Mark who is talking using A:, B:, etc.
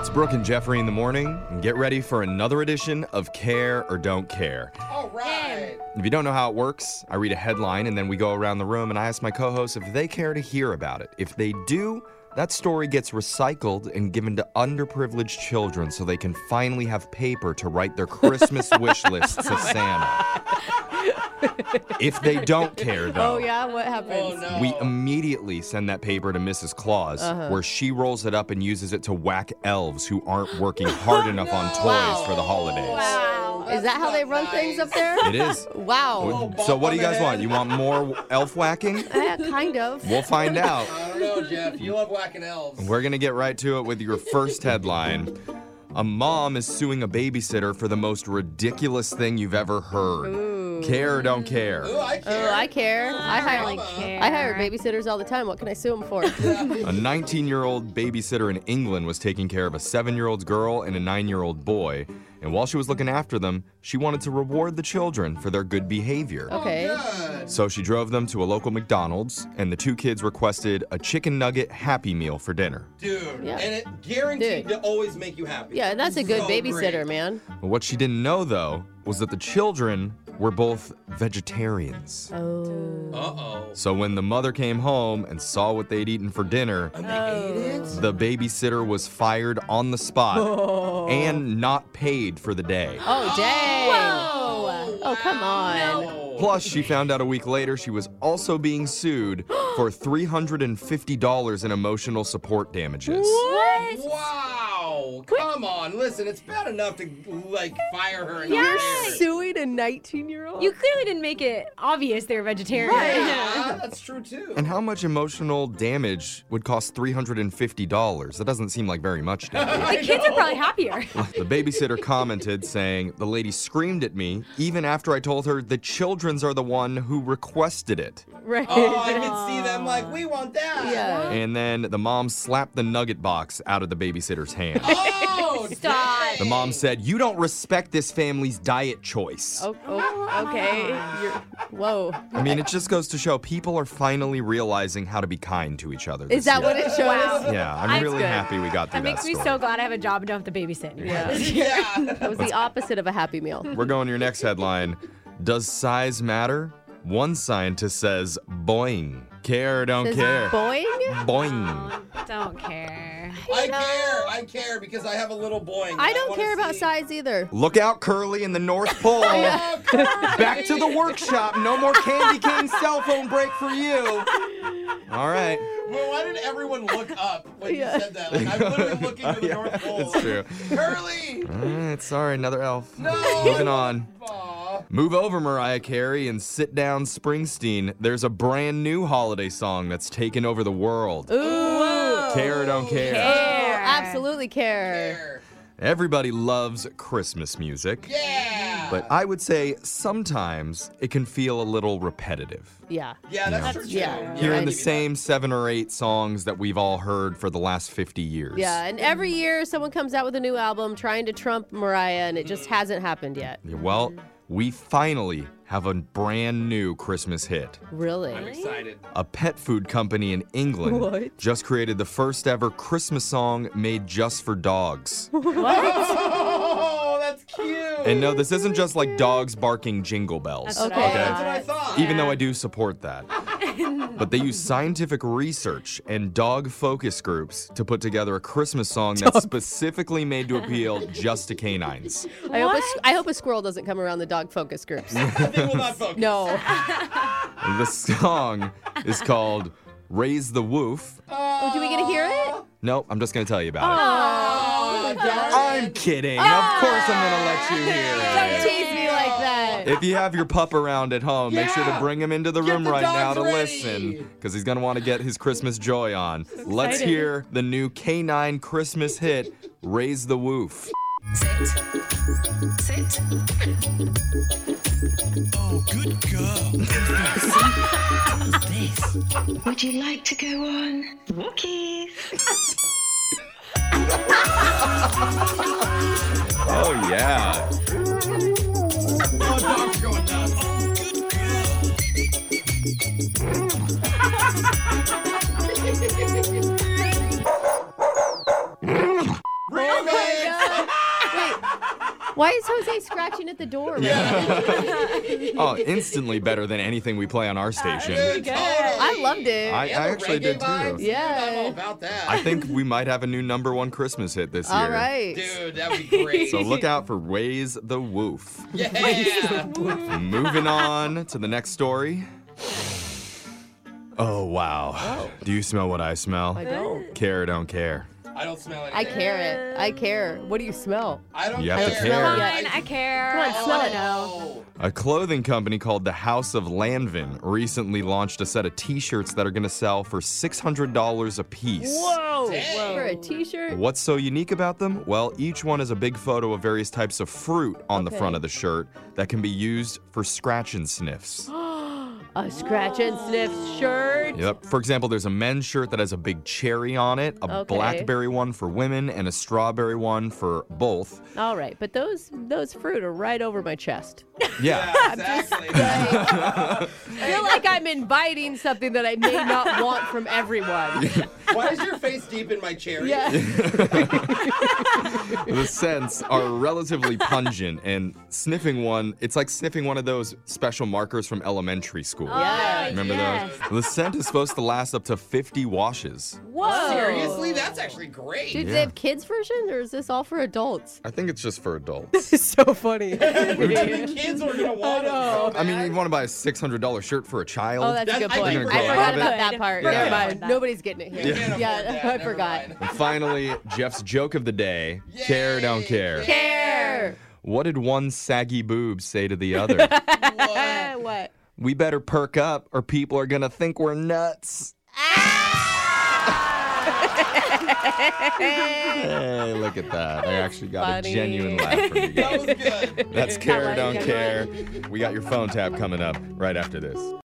A: It's Brooke and Jeffrey in the morning, and get ready for another edition of Care or Don't Care.
B: All right.
A: If you don't know how it works, I read a headline and then we go around the room and I ask my co hosts if they care to hear about it. If they do, that story gets recycled and given to underprivileged children so they can finally have paper to write their Christmas wish lists to Santa. If they don't care, though,
C: Oh yeah, what happens?
B: no. Uh-huh.
A: we immediately send that paper to Mrs. Claus, where she rolls it up and uses it to whack elves who aren't
B: Oh,
A: working hard enough on toys for the holidays.
C: Wow. Is that how they run things up there?
A: It is.
B: Oh,
C: Wow.
A: So what do you guys want? You want more elf whacking?
C: Yeah, Eh, kind of.
A: We'll find out.
B: I don't know, Jeff. You love whacking elves.
A: We're going to get right to it with your first headline. A mom is suing a babysitter for the most ridiculous thing you've ever heard. Care or don't care.
B: Ooh, I care.
C: Oh, I care. I hire,
B: care. Oh,
C: I hire babysitters all the time. What can I sue them for?
A: A 19 year old babysitter in England was taking care of a 7 year old girl and a 9 year old boy. And while she was looking after them, she wanted to reward the children for their good behavior.
C: Okay.
B: Good.
A: So she drove them to a local McDonald's, and the two kids requested a chicken nugget Happy Meal for dinner.
B: Dude.
C: Yeah.
B: And it guaranteed to
C: Dude.
B: always make you happy.
C: Yeah, that's a good
B: So
C: babysitter,
B: great.
C: man.
A: But what she didn't know, though, was that the children were both vegetarians.
C: Oh.
B: Uh-oh.
A: So when the mother came home and saw what they'd eaten for dinner,
B: And they ate it?
A: the babysitter was fired on the spot and not paid for the day.
C: Oh dang. Oh come on.
A: Plus, she found out a week later she was also being sued for $350 in emotional support damages.
C: What?
B: Wow. Come on. Listen, it's bad enough to, like, fire her. and
D: You're
B: hire her.
C: Suing a 19 year old?
D: You clearly didn't make it obvious they're vegetarian.
B: Yeah, Uh, that's true, too.
A: And how much emotional damage would cost $350? That doesn't seem like very much to me.
D: The kids are probably happier.
A: The babysitter commented saying, The lady screamed at me even after I told her the children's are the one who requested it.
C: right.
B: Oh, I can see them like, we want that.
C: yeah.
A: And then the mom slapped the nugget box out of the babysitter's hand.
B: Oh,
D: Stop.
A: The mom said, You don't respect this family's diet choice.
C: Oh, oh, okay. You're, whoa.
A: I mean, it just goes to show people are finally realizing how to be kind to each other. this
C: Is that
A: year.
C: what it shows?
D: Wow.
A: Yeah, I'm
D: That's
A: really
D: good.
A: happy we got through that,
D: That makes me
A: story.
D: so glad I have a job and don't have to babysit anymore.
C: Yeah.
B: Yeah.
C: That was the opposite of a happy meal.
A: We're going to your next headline. Does size matter? One scientist says boing. Care or don't
C: Says
A: care.
C: boing?
A: boing.
D: Don't care.
B: I care. I care because I have a little boy. and
C: I don't
B: wanna
C: care about
B: see-
C: size either.
A: Look out, Curly in the North Pole.
B: Oh, God.
A: Back to the workshop. No more Candy Cane cell phone break for you. All right.
B: Well, why did everyone look up when
C: Yeah.
B: you said that? Like, I'm literally looking to the North Pole.
A: It's Oh, true.
B: Curly!
A: All right, sorry, another elf.
B: No!
A: Moving on.
B: Aw.
A: Move over, Mariah Carey, and sit down, Springsteen. There's a brand new holiday song that's taken over the world.
C: Ooh.
A: Care or don't care.
D: Care.
C: Absolutely care.
B: There.
A: Everybody loves Christmas music.
B: Yeah!
A: But I would say sometimes it can feel a little repetitive.
C: Yeah.
B: yeah, that's true.
C: yeah.
B: too.
C: You're
A: Hearing
C: I
A: the
C: do
A: same seven or eight songs that we've all heard for the last 50 years.
C: Yeah. And every year someone comes out with a new album trying to trump Mariah, and it just hasn't happened yet.
A: Yeah, Well, we finally have a brand new Christmas hit.
B: I'm
C: Really?
B: excited.
A: A pet food company in England
C: What?
A: just created the first ever Christmas song made just for dogs.
B: Oh, that's cute.
A: and no, this isn't just like dogs barking jingle bells.
C: Okay.
B: Oh, that's what I thought.
A: Even though I do support that. but they use scientific research and dog focus groups to put together a Christmas song that's specifically made to appeal just to canines.
C: I hope, a, s- I hope a squirrel doesn't come around the dog focus groups.
B: They will not focus.
C: No.
A: The song is called Raise the Woof.
C: Oh, do we get to hear it?
A: No, I'm just going to tell you about it.
B: Oh, darn.
A: I'm kidding. Of course I'm going to let you hear it.
C: Don't tease me like that.
A: If you have your pup around at home, make sure to
B: Yeah.
A: bring him into the
B: Get
A: room
B: the
A: right now
B: dogs
A: to
B: ready.
A: listen because he's going to want to get his Christmas joy on. Let's
D: excited.
A: hear the new K9 Christmas hit, Raise the Woof.
E: Would you like to go on walkies?
A: Oh, yeah.
B: Oh, dogs are going nuts. Raise remix.
C: Why is Jose scratching at the door? right now?
A: Oh, instantly better than anything we play on our station.
B: Dude, totally.
C: I loved it.
A: I, I
B: Yeah, the
A: actually
B: reggae
A: did
B: vibes,
A: too.
B: dude, I'm all
C: Yeah.
B: about that.
A: I think we might have a new number one Christmas hit this year.
C: All right.
B: Dude, that would be great.
A: So look out for Ways the Woof.
B: yeah.
A: Moving on to the next story. Oh wow. Do you smell what I smell?
C: I don't.
A: Care or don't care.
B: I don't smell anything.
C: I care it. I care. What do you smell?
B: I don't
A: You
B: care.
A: have to care.
D: Fine, I care.
C: Come on,
D: I
C: smell
D: wanna
C: it.
D: know.
A: A clothing company called the House of Lanvin recently launched a set of t-shirts that are gonna sell for $600 a piece.
B: Dang.
C: For a t-shirt?
A: What's so unique about them? Well, each one is a big photo of various types of fruit on the
C: Okay.
A: front of the shirt that can be used for scratch and sniffs.
C: A scratch and sniff shirt.
A: yep. For example, there's a men's shirt that has a big cherry on it, a
C: Okay.
A: blackberry one for women, and a strawberry one for both.
C: All right, but those those fruit are right over my chest.
A: Yeah.
B: Yeah, exactly.
C: I feel like I'm inviting something that I may not want from everyone.
B: Why is your face deep in my cherry?
C: Yeah.
A: the scents are relatively pungent, and sniffing one, it's like sniffing one of those special markers from elementary school.
C: Yeah.
A: Remember
D: yes.
A: those? The scent is supposed to last up to 50 washes.
C: Whoa.
B: Seriously, that's actually great.
C: Dude, do they have kids version or is this all for adults?
A: I think it's just for adults.
C: It's so funny.
B: the kids are gonna want it. so
A: I mean,
B: bad.
A: you want to buy a $600 shirt for a child.
C: Oh, that's,
B: That's
C: a good
B: I
C: point.
A: think
C: I
A: we're
C: forgot
A: good.
C: about that part.
A: Yeah.
C: Never
D: Yeah.
C: mind. Nobody's getting it
B: You
C: here.
B: can't afford
C: Yeah,
B: that.
C: I
B: Never
C: forgot.
B: mind.
A: And finally, Jeff's joke of the day care, don't care.
C: Care.
A: What did one saggy boob say to the other?
C: Eh, what?
A: we better perk up or people are going to think we're nuts. hey, look at that. I actually got
C: funny.
A: a genuine laugh from you guys.
B: That was good.
A: That's care,
C: like
A: don't
C: it.
A: care. We got your phone tap coming up right after this.